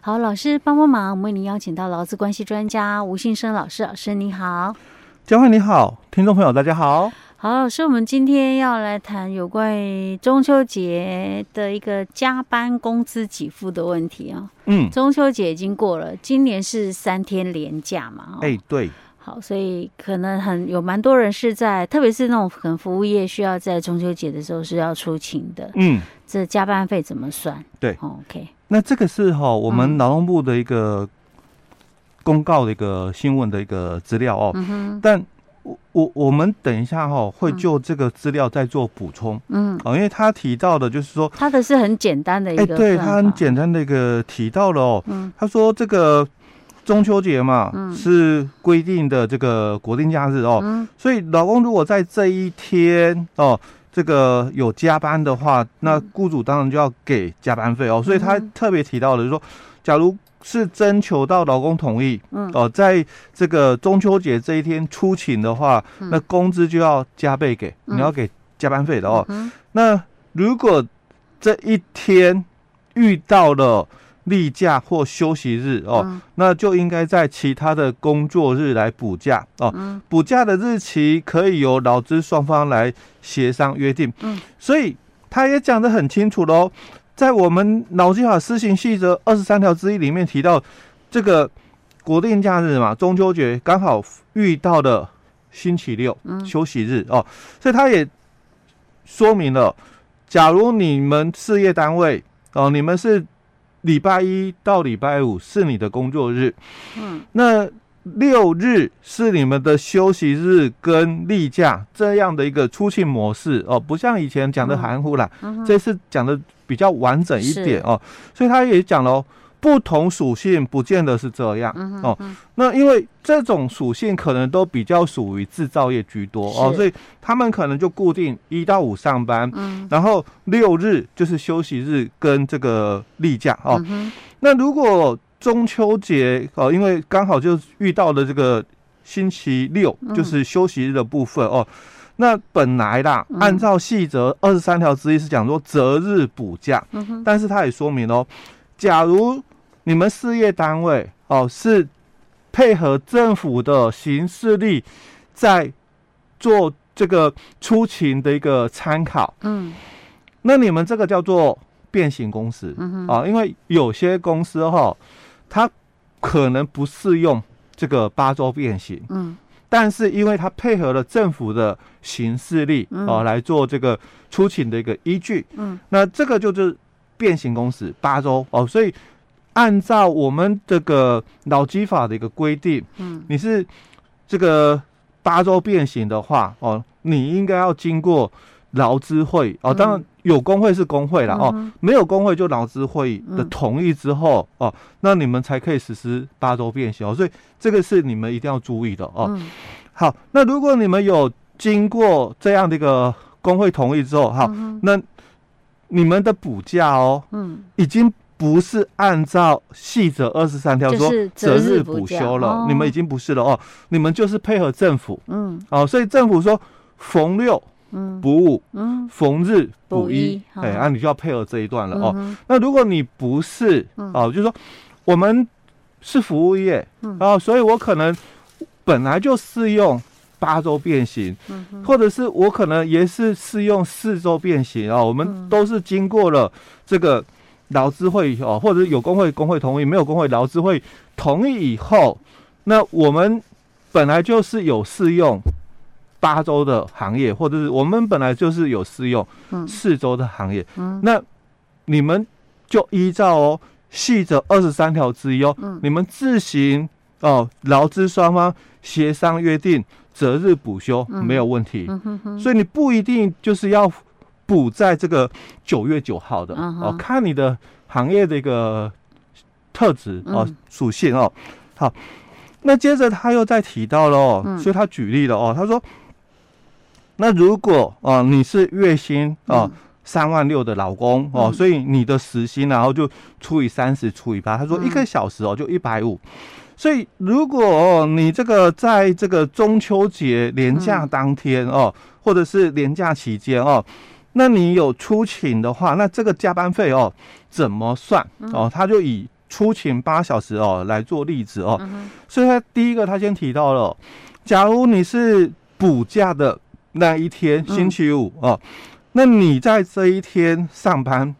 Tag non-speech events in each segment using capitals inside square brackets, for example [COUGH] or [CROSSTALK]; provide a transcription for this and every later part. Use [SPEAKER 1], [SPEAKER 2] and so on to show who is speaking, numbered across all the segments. [SPEAKER 1] 好，老师帮帮忙，我们为您邀请到劳资关系专家吴信生老师，老师你好。
[SPEAKER 2] 嘉惠你好，听众朋友大家好。
[SPEAKER 1] 好，老师，我们今天要来谈有关于中秋节的一个加班工资给付的问题啊、
[SPEAKER 2] 嗯，
[SPEAKER 1] 中秋节已经过了，今年是三天连假嘛、哦，
[SPEAKER 2] 哎、对，
[SPEAKER 1] 好，所以可能很有蛮多人是在，特别是那种可能服务业需要在中秋节的时候是要出勤的，
[SPEAKER 2] 嗯，
[SPEAKER 1] 这加班费怎么算？
[SPEAKER 2] 对
[SPEAKER 1] 哦，OK，
[SPEAKER 2] 那这个是哈、我
[SPEAKER 1] 嗯
[SPEAKER 2] 们劳动部的一个公告的一个新闻的一个资料哦。
[SPEAKER 1] 嗯哼，
[SPEAKER 2] 但我我我们等一下哈、会
[SPEAKER 1] 嗯
[SPEAKER 2] 就这个资料再做补充、
[SPEAKER 1] 嗯，
[SPEAKER 2] 哦，因为他提到的就是说，
[SPEAKER 1] 他的是很简单的一
[SPEAKER 2] 哎、
[SPEAKER 1] 个，
[SPEAKER 2] 对他很，简单的一个提到了哦，
[SPEAKER 1] 嗯
[SPEAKER 2] 他说这个中秋节嘛、
[SPEAKER 1] 嗯
[SPEAKER 2] 是规定的这个国定假日哦，
[SPEAKER 1] 嗯
[SPEAKER 2] 所以老公如果在这一天哦，这个有加班的话，那雇主当然就要给加班费哦。所以他
[SPEAKER 1] 嗯
[SPEAKER 2] 特别提到的，就是说，假如是征求到老公同意
[SPEAKER 1] 嗯
[SPEAKER 2] 哦，在这个中秋节这一天出勤的话，
[SPEAKER 1] 嗯
[SPEAKER 2] 那工资就要加倍给，
[SPEAKER 1] 嗯
[SPEAKER 2] 你要给加班费的哦。
[SPEAKER 1] 嗯
[SPEAKER 2] 那如果这一天遇到了例假或休息日哦，
[SPEAKER 1] 嗯
[SPEAKER 2] 那就应该在其他的工作日来补假哦。
[SPEAKER 1] 嗯
[SPEAKER 2] 补假的日期可以由劳资双方来协商约定。
[SPEAKER 1] 嗯，
[SPEAKER 2] 所以他也讲得很清楚喽，在我们劳基法施行细则二十三条之一里面提到，这个国定假日嘛，中秋节刚好遇到了星期六
[SPEAKER 1] 嗯
[SPEAKER 2] 休息日哦，所以他也说明了，假如你们事业单位哦，你们是礼拜一到礼拜五是你的工作日，
[SPEAKER 1] 嗯，
[SPEAKER 2] 那六日是你们的休息日跟例假这样的一个出勤模式哦，不像以前讲的
[SPEAKER 1] 嗯
[SPEAKER 2] 含糊啦，
[SPEAKER 1] 嗯哼
[SPEAKER 2] 这次讲的比较完整一
[SPEAKER 1] 是
[SPEAKER 2] 点哦，所以他也讲了、哦，不同属性不见得是这样。
[SPEAKER 1] 嗯哼
[SPEAKER 2] 哦
[SPEAKER 1] 嗯
[SPEAKER 2] 那因为这种属性可能都比较属于制造业居多哦，
[SPEAKER 1] 是
[SPEAKER 2] 所以他们可能就固定一到五上班，
[SPEAKER 1] 嗯
[SPEAKER 2] 然后六日就是休息日跟这个例假哦。
[SPEAKER 1] 嗯哼
[SPEAKER 2] 那如果中秋节哦，因为刚好就遇到了这个星期六，
[SPEAKER 1] 嗯
[SPEAKER 2] 就是休息日的部分哦。那本来啦
[SPEAKER 1] 嗯，
[SPEAKER 2] 按照细则二十三条之一是讲说择日补假，
[SPEAKER 1] 嗯哼
[SPEAKER 2] 但是他也说明哦，假如你们事业单位哦是配合政府的行事力，在做这个出勤的一个参考，
[SPEAKER 1] 嗯
[SPEAKER 2] 那你们这个叫做变形公司，
[SPEAKER 1] 嗯哼
[SPEAKER 2] 啊，因为有些公司哈，它可能不适用这个八周变形，
[SPEAKER 1] 嗯
[SPEAKER 2] 但是因为它配合了政府的行事力
[SPEAKER 1] 嗯
[SPEAKER 2] 啊来做这个出勤的一个依据，
[SPEAKER 1] 嗯
[SPEAKER 2] 那这个就是变形公司八周哦，所以按照我们这个劳基法的一个规定，
[SPEAKER 1] 嗯
[SPEAKER 2] 你是这个八周变形的话哦，你应该要经过劳资会哦，当然
[SPEAKER 1] 嗯
[SPEAKER 2] 有工会是工会了哦，
[SPEAKER 1] 嗯哼
[SPEAKER 2] 没有工会就劳资会议的
[SPEAKER 1] 嗯
[SPEAKER 2] 同意之后、哦，那你们才可以实施八周变形哦，所以这个是你们一定要注意的哦。
[SPEAKER 1] 嗯
[SPEAKER 2] 好，那如果你们有经过这样的一个工会同意之后，好，
[SPEAKER 1] 嗯
[SPEAKER 2] 那你们的补假哦，
[SPEAKER 1] 嗯
[SPEAKER 2] 已经不是按照细则二十三条
[SPEAKER 1] 就
[SPEAKER 2] 说
[SPEAKER 1] 是择
[SPEAKER 2] 择日
[SPEAKER 1] 日
[SPEAKER 2] 补
[SPEAKER 1] 补假
[SPEAKER 2] 休了，
[SPEAKER 1] 哦
[SPEAKER 2] 你们已经不是了哦，你们就是配合政府
[SPEAKER 1] 嗯
[SPEAKER 2] 哦，所以政府说逢六
[SPEAKER 1] 嗯
[SPEAKER 2] 补五，
[SPEAKER 1] 嗯
[SPEAKER 2] 逢日
[SPEAKER 1] 补
[SPEAKER 2] 补
[SPEAKER 1] 一
[SPEAKER 2] 一，
[SPEAKER 1] 好
[SPEAKER 2] 哎，啊，你就要配合这一段了哦。
[SPEAKER 1] 嗯哼
[SPEAKER 2] 那如果你不是
[SPEAKER 1] 嗯
[SPEAKER 2] 哦，就是说我们是服务业
[SPEAKER 1] 嗯
[SPEAKER 2] 哦，所以我可能本来就适用八周变形，
[SPEAKER 1] 嗯哼
[SPEAKER 2] 或者是我可能也是适用四周变形啊、我
[SPEAKER 1] 嗯
[SPEAKER 2] 们都是经过了这个劳资会哦，或者是有工会工会同意，没有工会劳资会同意以后，那我们本来就是有适用八周的行业，或者是我们本来就是有适用
[SPEAKER 1] 嗯
[SPEAKER 2] 四周的行业，
[SPEAKER 1] 嗯
[SPEAKER 2] 那你们就依照哦细则二十三条之一哦，
[SPEAKER 1] 嗯
[SPEAKER 2] 你们自行哦劳资双方协商约定择日补休、
[SPEAKER 1] 嗯
[SPEAKER 2] 没有问题，
[SPEAKER 1] 嗯哼哼
[SPEAKER 2] 所以你不一定就是要补在这个九月九号的、
[SPEAKER 1] 嗯
[SPEAKER 2] 哦
[SPEAKER 1] 哼，
[SPEAKER 2] 看你的行业的一个特质哦
[SPEAKER 1] 嗯
[SPEAKER 2] 属性哦。好，那接着他又再提到了哦，
[SPEAKER 1] 嗯
[SPEAKER 2] 所以他举例了哦，他说。那如果哦，你是月薪哦、
[SPEAKER 1] 嗯
[SPEAKER 2] 三万六的老公哦，
[SPEAKER 1] 嗯
[SPEAKER 2] 所以你的时薪然后就除以三十除以八，他说
[SPEAKER 1] 嗯
[SPEAKER 2] 一个小时哦就一百五，所以如果、哦、你这个在这个中秋节连假
[SPEAKER 1] 嗯
[SPEAKER 2] 当天哦，或者是连假期间哦，那你有出勤的话，那这个加班费哦怎么算哦？他就以出勤八小时哦来做例子哦。
[SPEAKER 1] 嗯哼，
[SPEAKER 2] 所以他第一个他先提到了哦，假如你是补假的那一天，
[SPEAKER 1] 嗯
[SPEAKER 2] 星期五哦，那你在这一天上班，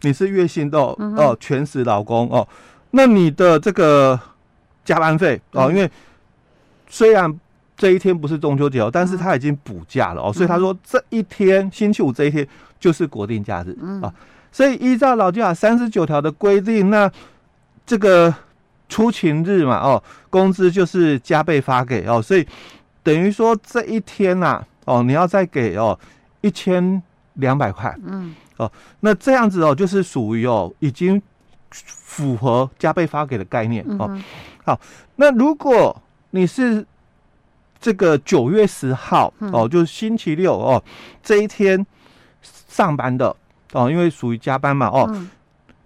[SPEAKER 2] 你是月薪的哦，
[SPEAKER 1] 嗯哼
[SPEAKER 2] 哦全职劳工哦，那你的这个加班费哦，
[SPEAKER 1] 嗯
[SPEAKER 2] 因为虽然。这一天不是中秋
[SPEAKER 1] 嗯
[SPEAKER 2] 节哦，但是他已经补假了哦，所以他说这一天星期五这一天就是国定假日、
[SPEAKER 1] 嗯
[SPEAKER 2] 啊，所以依照劳基法三十九条的规定，那这个出勤日嘛，哦，工资就是加倍发给哦，所以等于说这一天呐、哦，你要再给哦一千两百块，
[SPEAKER 1] 嗯，
[SPEAKER 2] 那这样子哦，就是属于哦已经符合加倍发给的概念
[SPEAKER 1] 嗯
[SPEAKER 2] 哦。
[SPEAKER 1] 哼，
[SPEAKER 2] 那如果你是这个九月十号
[SPEAKER 1] 嗯
[SPEAKER 2] 哦，就是星期六哦这一天上班的哦，因为属于加班嘛哦，
[SPEAKER 1] 嗯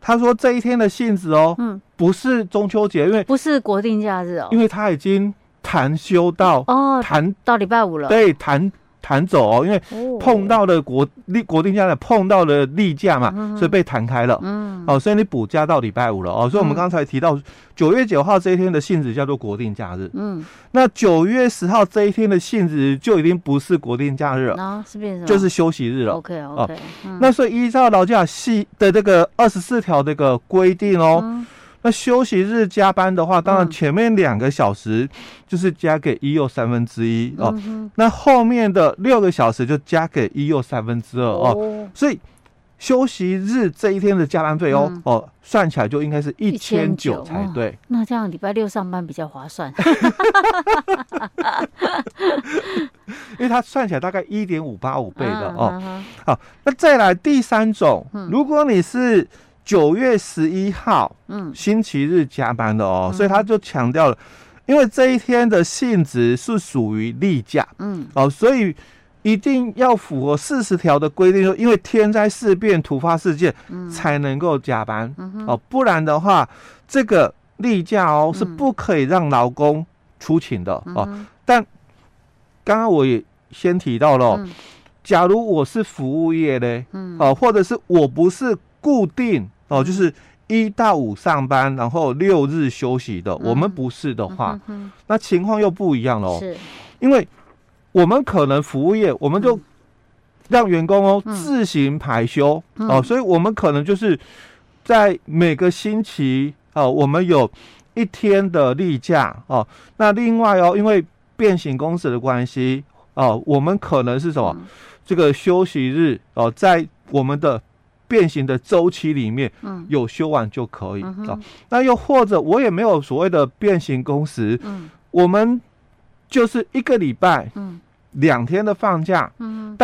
[SPEAKER 2] 他说这一天的性质哦
[SPEAKER 1] 嗯，
[SPEAKER 2] 不是中秋节，因为
[SPEAKER 1] 不是国定假日哦
[SPEAKER 2] 因，为他已经谈休到
[SPEAKER 1] 哦，
[SPEAKER 2] 谈
[SPEAKER 1] 到礼拜五了，
[SPEAKER 2] 对谈谈走哦，因为
[SPEAKER 1] 哦，
[SPEAKER 2] 碰到了国立国定假日碰到了例假
[SPEAKER 1] 嗯哼
[SPEAKER 2] 嘛，所以被弹开了。
[SPEAKER 1] 嗯，
[SPEAKER 2] 哦，所以你补假到礼拜五了哦，所以我们
[SPEAKER 1] 嗯
[SPEAKER 2] 刚才提到九月九号这一天的性质叫做国定假日，
[SPEAKER 1] 嗯，
[SPEAKER 2] 那九月十号这一天的性质就已经不是国定假日了，
[SPEAKER 1] 然后是变成
[SPEAKER 2] 就是休息日了。
[SPEAKER 1] OK OK，
[SPEAKER 2] 那所以依照劳驾系的这个二十四条这个规定哦，
[SPEAKER 1] 嗯
[SPEAKER 2] 那休息日加班的话，当然
[SPEAKER 1] 嗯
[SPEAKER 2] 前面两个小时就是加给一又三分之一哦，
[SPEAKER 1] 嗯哼
[SPEAKER 2] 那后面的六个小时就加给一又三分之二哦，
[SPEAKER 1] 哦，
[SPEAKER 2] 所以休息日这一天的加班费哦、
[SPEAKER 1] 嗯
[SPEAKER 2] 哦，算起来就应该是一千
[SPEAKER 1] 1900
[SPEAKER 2] 九才
[SPEAKER 1] 哦
[SPEAKER 2] 对。
[SPEAKER 1] 那这样礼拜六上班比较划算，
[SPEAKER 2] 因为它算起来大概一点五八五倍的哦。
[SPEAKER 1] 哦，
[SPEAKER 2] 那再来第三种
[SPEAKER 1] 嗯，
[SPEAKER 2] 如果你是九月十一号
[SPEAKER 1] 嗯
[SPEAKER 2] 星期日加班的哦，
[SPEAKER 1] 嗯
[SPEAKER 2] 所以他就强调了，因为这一天的性质是属于例假
[SPEAKER 1] 嗯
[SPEAKER 2] 哦，所以一定要符合四十条的规定，说因为天灾事变、突发事件
[SPEAKER 1] 嗯
[SPEAKER 2] 才能够加班
[SPEAKER 1] 嗯哼
[SPEAKER 2] 哦，不然的话，这个例假哦
[SPEAKER 1] 嗯
[SPEAKER 2] 是不可以让劳工出勤的
[SPEAKER 1] 嗯
[SPEAKER 2] 哦。
[SPEAKER 1] 哼
[SPEAKER 2] 刚刚我也先提到了哦，
[SPEAKER 1] 嗯
[SPEAKER 2] 假如我是服务业嘞，
[SPEAKER 1] 嗯
[SPEAKER 2] 哦、或者是我不是固定哦、就是一到五上班，然后六日休息的，我们
[SPEAKER 1] 嗯
[SPEAKER 2] 不是的
[SPEAKER 1] 嗯
[SPEAKER 2] 话，
[SPEAKER 1] 哼
[SPEAKER 2] 那情况又不一样哦
[SPEAKER 1] 哼
[SPEAKER 2] 喽。
[SPEAKER 1] 是
[SPEAKER 2] 因为我们可能服务业，我们就
[SPEAKER 1] 嗯
[SPEAKER 2] 让员工哦、
[SPEAKER 1] 嗯
[SPEAKER 2] 自行排休哦、
[SPEAKER 1] 嗯
[SPEAKER 2] 所以我们可能就是在每个星期哦，我们有一天的例假哦。那另外哦，因为变形公司的关系哦，我们可能是什么？
[SPEAKER 1] 嗯
[SPEAKER 2] 这个休息日哦，在我们的变形的周期里面
[SPEAKER 1] 嗯
[SPEAKER 2] 有休完就可以
[SPEAKER 1] 嗯哼
[SPEAKER 2] 哦。那又或者我也没有所谓的变形工时，
[SPEAKER 1] 嗯
[SPEAKER 2] 我们就是一个礼拜
[SPEAKER 1] 嗯
[SPEAKER 2] 两天的放假，
[SPEAKER 1] 嗯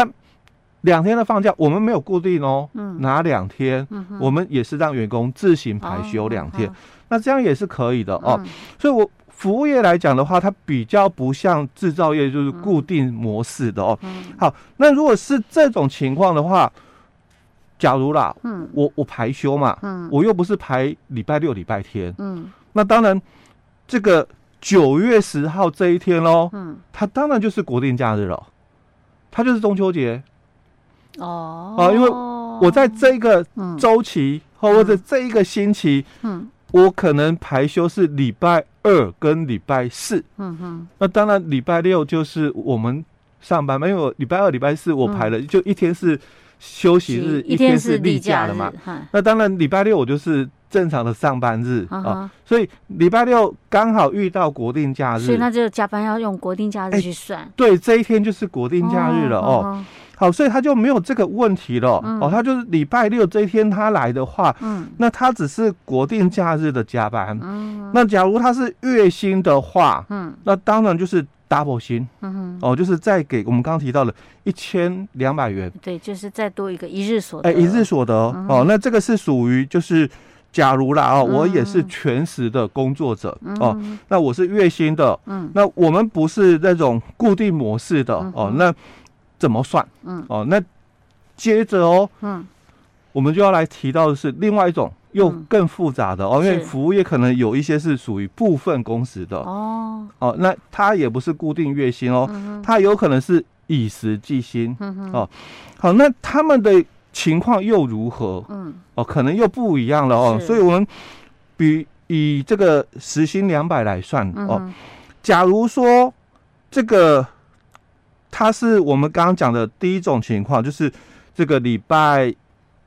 [SPEAKER 2] 两天的放假我们没有固定哦，
[SPEAKER 1] 嗯
[SPEAKER 2] 哪两天？
[SPEAKER 1] 嗯哼
[SPEAKER 2] 我们也是让员工自行排休两天，那这样也是可以的哦。，
[SPEAKER 1] 嗯
[SPEAKER 2] 所以我服务业来讲的话，它比较不像制造业就是固定模式的哦。
[SPEAKER 1] 嗯
[SPEAKER 2] 好，那如果是这种情况的话，假如啦，
[SPEAKER 1] 嗯
[SPEAKER 2] 我我排休嘛，
[SPEAKER 1] 嗯
[SPEAKER 2] 我又不是排礼拜六、礼拜天，
[SPEAKER 1] 嗯
[SPEAKER 2] 那当然这个九月十号这一天哦喽，
[SPEAKER 1] 嗯
[SPEAKER 2] 它当然就是国定假日了，它就是中秋节。
[SPEAKER 1] 哦
[SPEAKER 2] 啊因为我在这个
[SPEAKER 1] 嗯
[SPEAKER 2] 周期或或者这一个星期，
[SPEAKER 1] 嗯
[SPEAKER 2] 我可能排休是礼拜二跟礼拜四，
[SPEAKER 1] 嗯哼
[SPEAKER 2] 那当然礼拜六就是我们上班嘛，因为我礼拜二、礼拜四我排了，就一天是休息日，
[SPEAKER 1] 一
[SPEAKER 2] 天
[SPEAKER 1] 嗯是
[SPEAKER 2] 是例假
[SPEAKER 1] 日
[SPEAKER 2] 了嘛。，
[SPEAKER 1] 嗨
[SPEAKER 2] 那当然礼拜六我就是正常的上班日
[SPEAKER 1] 嗯
[SPEAKER 2] 啊，
[SPEAKER 1] 哼
[SPEAKER 2] 所以礼拜六刚好遇到国定假
[SPEAKER 1] 所以
[SPEAKER 2] 日，
[SPEAKER 1] 那就加班要用国定假日
[SPEAKER 2] 哎
[SPEAKER 1] 去算。
[SPEAKER 2] 对，这一天就是国定假日了哦。，好，所以他就没有这个问题了
[SPEAKER 1] 嗯
[SPEAKER 2] 哦，他就是礼拜六这一天他来的话，
[SPEAKER 1] 嗯
[SPEAKER 2] 那他只是国定假日的加班。
[SPEAKER 1] 嗯
[SPEAKER 2] 那假如他是月薪的话，
[SPEAKER 1] 嗯
[SPEAKER 2] 那当然就是 double 薪
[SPEAKER 1] 嗯哼，
[SPEAKER 2] 哦，就是再给我们刚刚提到的一千两百元，
[SPEAKER 1] 对，就是再多一个一日所得，
[SPEAKER 2] 哎，一日所得
[SPEAKER 1] 嗯
[SPEAKER 2] 哦。那这个是属于就是，假如啦哦，我也是全时的工作者哦，
[SPEAKER 1] 嗯
[SPEAKER 2] 那我是月薪的，
[SPEAKER 1] 嗯
[SPEAKER 2] 那我们不是那种固定模式的
[SPEAKER 1] 嗯
[SPEAKER 2] 哦
[SPEAKER 1] 哼，
[SPEAKER 2] 那怎么算
[SPEAKER 1] 嗯
[SPEAKER 2] 哦？那接着哦，
[SPEAKER 1] 嗯
[SPEAKER 2] 我们就要来提到的是另外一种又
[SPEAKER 1] 嗯
[SPEAKER 2] 更复杂的哦，因为
[SPEAKER 1] 是
[SPEAKER 2] 服务业可能有一些是属于部分工时的哦
[SPEAKER 1] 哦
[SPEAKER 2] 那它也不是固定月薪哦，
[SPEAKER 1] 嗯
[SPEAKER 2] 它有可能是以时计薪。哦
[SPEAKER 1] 嗯哼
[SPEAKER 2] 好，那他们的情况又如何
[SPEAKER 1] 嗯
[SPEAKER 2] 哦？可能又不一样了哦，
[SPEAKER 1] 是
[SPEAKER 2] 所以我们比以这个时薪两百来算
[SPEAKER 1] 嗯
[SPEAKER 2] 哦，
[SPEAKER 1] 哼，
[SPEAKER 2] 假如说这个它是我们刚刚讲的第一种情况，就是这个礼拜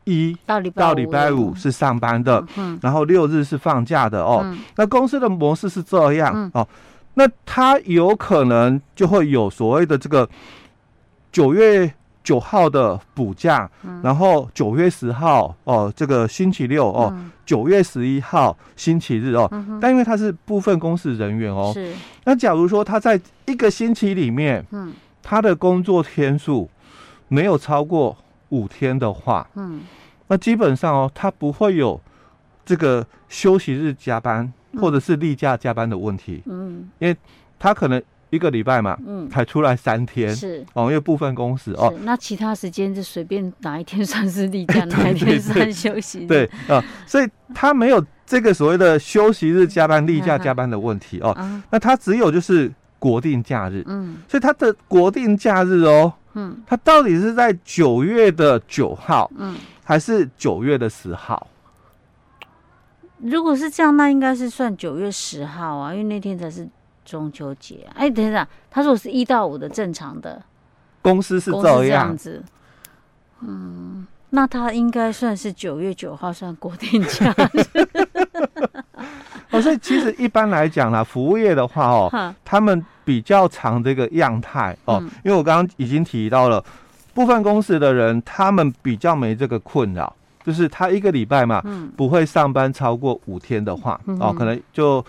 [SPEAKER 2] 一
[SPEAKER 1] 到礼拜
[SPEAKER 2] 到礼拜五是上班的，
[SPEAKER 1] 嗯
[SPEAKER 2] 然后六日是放假的哦。
[SPEAKER 1] 嗯
[SPEAKER 2] 那公司的模式是这样、
[SPEAKER 1] 嗯
[SPEAKER 2] 哦，那它有可能就会有所谓的这个九月九号的补假，
[SPEAKER 1] 嗯
[SPEAKER 2] 然后九月十号哦，这个星期六哦，
[SPEAKER 1] 嗯
[SPEAKER 2] 九、月十一号星期日哦。
[SPEAKER 1] 嗯哼
[SPEAKER 2] 但因为它是部分公司人员哦，
[SPEAKER 1] 是
[SPEAKER 2] 那假如说他在一个星期里面，
[SPEAKER 1] 嗯
[SPEAKER 2] 他的工作天数没有超过五天的话，
[SPEAKER 1] 嗯
[SPEAKER 2] 那基本上哦，他不会有这个休息日加班
[SPEAKER 1] 嗯
[SPEAKER 2] 或者是例假加班的问题。
[SPEAKER 1] 嗯
[SPEAKER 2] 他可能一个礼拜嘛，
[SPEAKER 1] 嗯
[SPEAKER 2] 才出来三天
[SPEAKER 1] 是。
[SPEAKER 2] 哦，因为部分公司哦，
[SPEAKER 1] 是，那其他时间就随便哪一天算是例假，哪一
[SPEAKER 2] 哎对对
[SPEAKER 1] 天算休息。
[SPEAKER 2] 对，啊、所以他没有这个所谓的休息日加
[SPEAKER 1] 嗯
[SPEAKER 2] 班、例假加班的问题哦。
[SPEAKER 1] 啊，
[SPEAKER 2] 那他只有就是国定假日，
[SPEAKER 1] 嗯
[SPEAKER 2] 所以他的国定假日哦，
[SPEAKER 1] 嗯
[SPEAKER 2] 它到底是在九月的九号
[SPEAKER 1] 嗯，
[SPEAKER 2] 还是九月的十号？
[SPEAKER 1] 如果是这样，那应该是算九月十号啊，因为那天才是中秋节、啊。哎，等一下，他说我是一到五的正常的，
[SPEAKER 2] 公司是
[SPEAKER 1] 公司
[SPEAKER 2] 这
[SPEAKER 1] 这
[SPEAKER 2] 样
[SPEAKER 1] 样，子。嗯，那他应该算是九月九号算国定假
[SPEAKER 2] 哦，所以其实一般来讲啦，服务业的话
[SPEAKER 1] [LAUGHS]
[SPEAKER 2] 哦，
[SPEAKER 1] 哈。
[SPEAKER 2] 他们比较常这个样态哦，
[SPEAKER 1] 嗯
[SPEAKER 2] 因为我刚刚已经提到了，部分公司的人他们比较没这个困扰，就是他一个礼拜嘛，
[SPEAKER 1] 嗯
[SPEAKER 2] 不会上班超过五天的话，
[SPEAKER 1] 嗯
[SPEAKER 2] 哦，可能就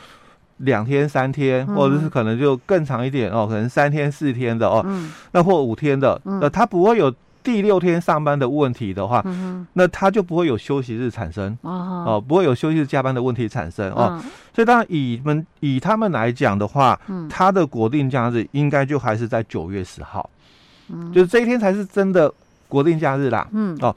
[SPEAKER 2] 两天、三天，
[SPEAKER 1] 嗯
[SPEAKER 2] 或者是可能就更长一点哦，可能三天、四天的哦，
[SPEAKER 1] 嗯
[SPEAKER 2] 那或五天的，
[SPEAKER 1] 嗯
[SPEAKER 2] 呃，他不会有第六天上班的问题的话，
[SPEAKER 1] 嗯
[SPEAKER 2] 那他就不会有休息日产生
[SPEAKER 1] 哼，哦
[SPEAKER 2] 哦，不会有休息日加班的问题产生哦。
[SPEAKER 1] 嗯
[SPEAKER 2] 所以当然以们以他们来讲的话，
[SPEAKER 1] 嗯
[SPEAKER 2] 他的国定假日应该就还是在九月十号，就是这一天才是真的国定假日啦。哦
[SPEAKER 1] 嗯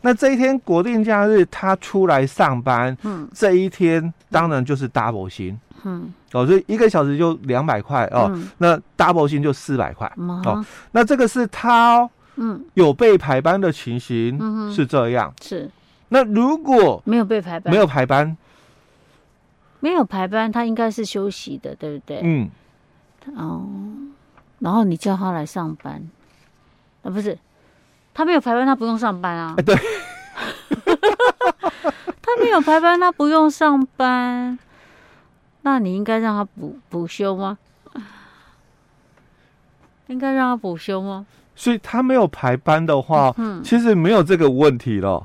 [SPEAKER 2] 那这一天国定假日他出来上班，
[SPEAKER 1] 嗯
[SPEAKER 2] 这一天当然就是 double 薪
[SPEAKER 1] 嗯
[SPEAKER 2] 哦，所以一个小时就两百块哦，
[SPEAKER 1] 嗯
[SPEAKER 2] 那 double 薪就四百块。
[SPEAKER 1] 嗯
[SPEAKER 2] 哦那这个是他哦
[SPEAKER 1] 嗯
[SPEAKER 2] 有被排班的情形
[SPEAKER 1] 嗯哼
[SPEAKER 2] 是这样。
[SPEAKER 1] 是
[SPEAKER 2] 那如果
[SPEAKER 1] 没有被排班，
[SPEAKER 2] 没有排班，
[SPEAKER 1] 没有排班，他应该是休息的，对不对？
[SPEAKER 2] 嗯，
[SPEAKER 1] 哦，然后你叫他来上班，啊，不是，他没有排班，他不用上班啊。
[SPEAKER 2] 哎对，
[SPEAKER 1] [LAUGHS] 他没有排班，他不用上班，那你应该让他补补休吗？应该让他补休吗？
[SPEAKER 2] 所以他没有排班的话，其实没有这个问题了，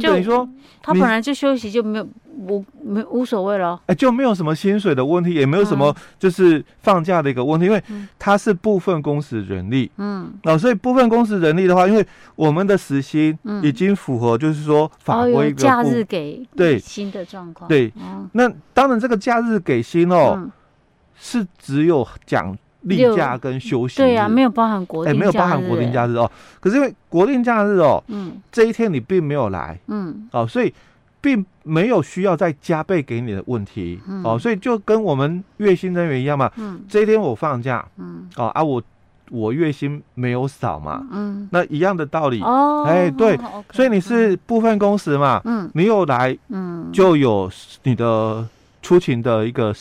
[SPEAKER 1] 嗯就
[SPEAKER 2] 等于说，
[SPEAKER 1] 他
[SPEAKER 2] 你
[SPEAKER 1] 本来就休息，就没有无没无所谓了。
[SPEAKER 2] 哎、就没有什么薪水的问题，也没有什
[SPEAKER 1] 嗯
[SPEAKER 2] 么就是放假的一个问题，因为它是部分工时人力，
[SPEAKER 1] 嗯，
[SPEAKER 2] 哦，所以部分工时人力的话，因为我们的时薪
[SPEAKER 1] 嗯
[SPEAKER 2] 已经符合，就是说法
[SPEAKER 1] 哦，
[SPEAKER 2] 规
[SPEAKER 1] 有
[SPEAKER 2] 的
[SPEAKER 1] 假
[SPEAKER 2] 部
[SPEAKER 1] 日给
[SPEAKER 2] 对
[SPEAKER 1] 新的状况。
[SPEAKER 2] 对，
[SPEAKER 1] 哦，
[SPEAKER 2] 那当然这个假日给薪哦，
[SPEAKER 1] 嗯，
[SPEAKER 2] 是只有讲例
[SPEAKER 1] 六
[SPEAKER 2] 假跟休息日，
[SPEAKER 1] 对呀、啊，没有包含国
[SPEAKER 2] 哎、
[SPEAKER 1] 定假日、
[SPEAKER 2] 没有包含国定
[SPEAKER 1] 日。
[SPEAKER 2] 假日哦。可是因为国定假日哦，
[SPEAKER 1] 嗯
[SPEAKER 2] 这一天你并没有来
[SPEAKER 1] 嗯
[SPEAKER 2] 哦，所以并没有需要再加倍给你的问题、哦，所以就跟我们月薪人员一样嘛，
[SPEAKER 1] 嗯
[SPEAKER 2] 这一天我放假
[SPEAKER 1] 嗯
[SPEAKER 2] 哦啊，我我月薪没有少嘛，
[SPEAKER 1] 嗯，
[SPEAKER 2] 那一样的道理，
[SPEAKER 1] 哦，
[SPEAKER 2] 哎对
[SPEAKER 1] ，OK，
[SPEAKER 2] 所以你是部分工时嘛，
[SPEAKER 1] 嗯
[SPEAKER 2] 你有来
[SPEAKER 1] 嗯
[SPEAKER 2] 就有你的出勤的一个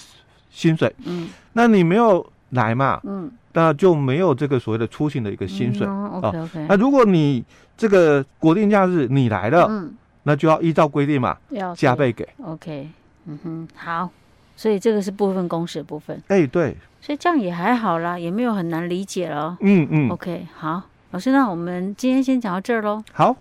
[SPEAKER 2] 薪水，
[SPEAKER 1] 嗯
[SPEAKER 2] 那你没有来嘛，
[SPEAKER 1] 嗯
[SPEAKER 2] 那就没有这个所谓的出勤的一个薪水。啊
[SPEAKER 1] ，OK OK，
[SPEAKER 2] 那如果你这个国定假日你来了，
[SPEAKER 1] 嗯，哦
[SPEAKER 2] 那就要依照规定嘛，
[SPEAKER 1] 要
[SPEAKER 2] 加倍给。
[SPEAKER 1] ，OK，嗯哼，好，所以这个是部分公式的部分，
[SPEAKER 2] 哎、对，
[SPEAKER 1] 所以这样也还好啦，也没有很难理解了哦。
[SPEAKER 2] 嗯嗯，
[SPEAKER 1] OK，好，老师，那我们今天先讲到这儿喽。
[SPEAKER 2] 好，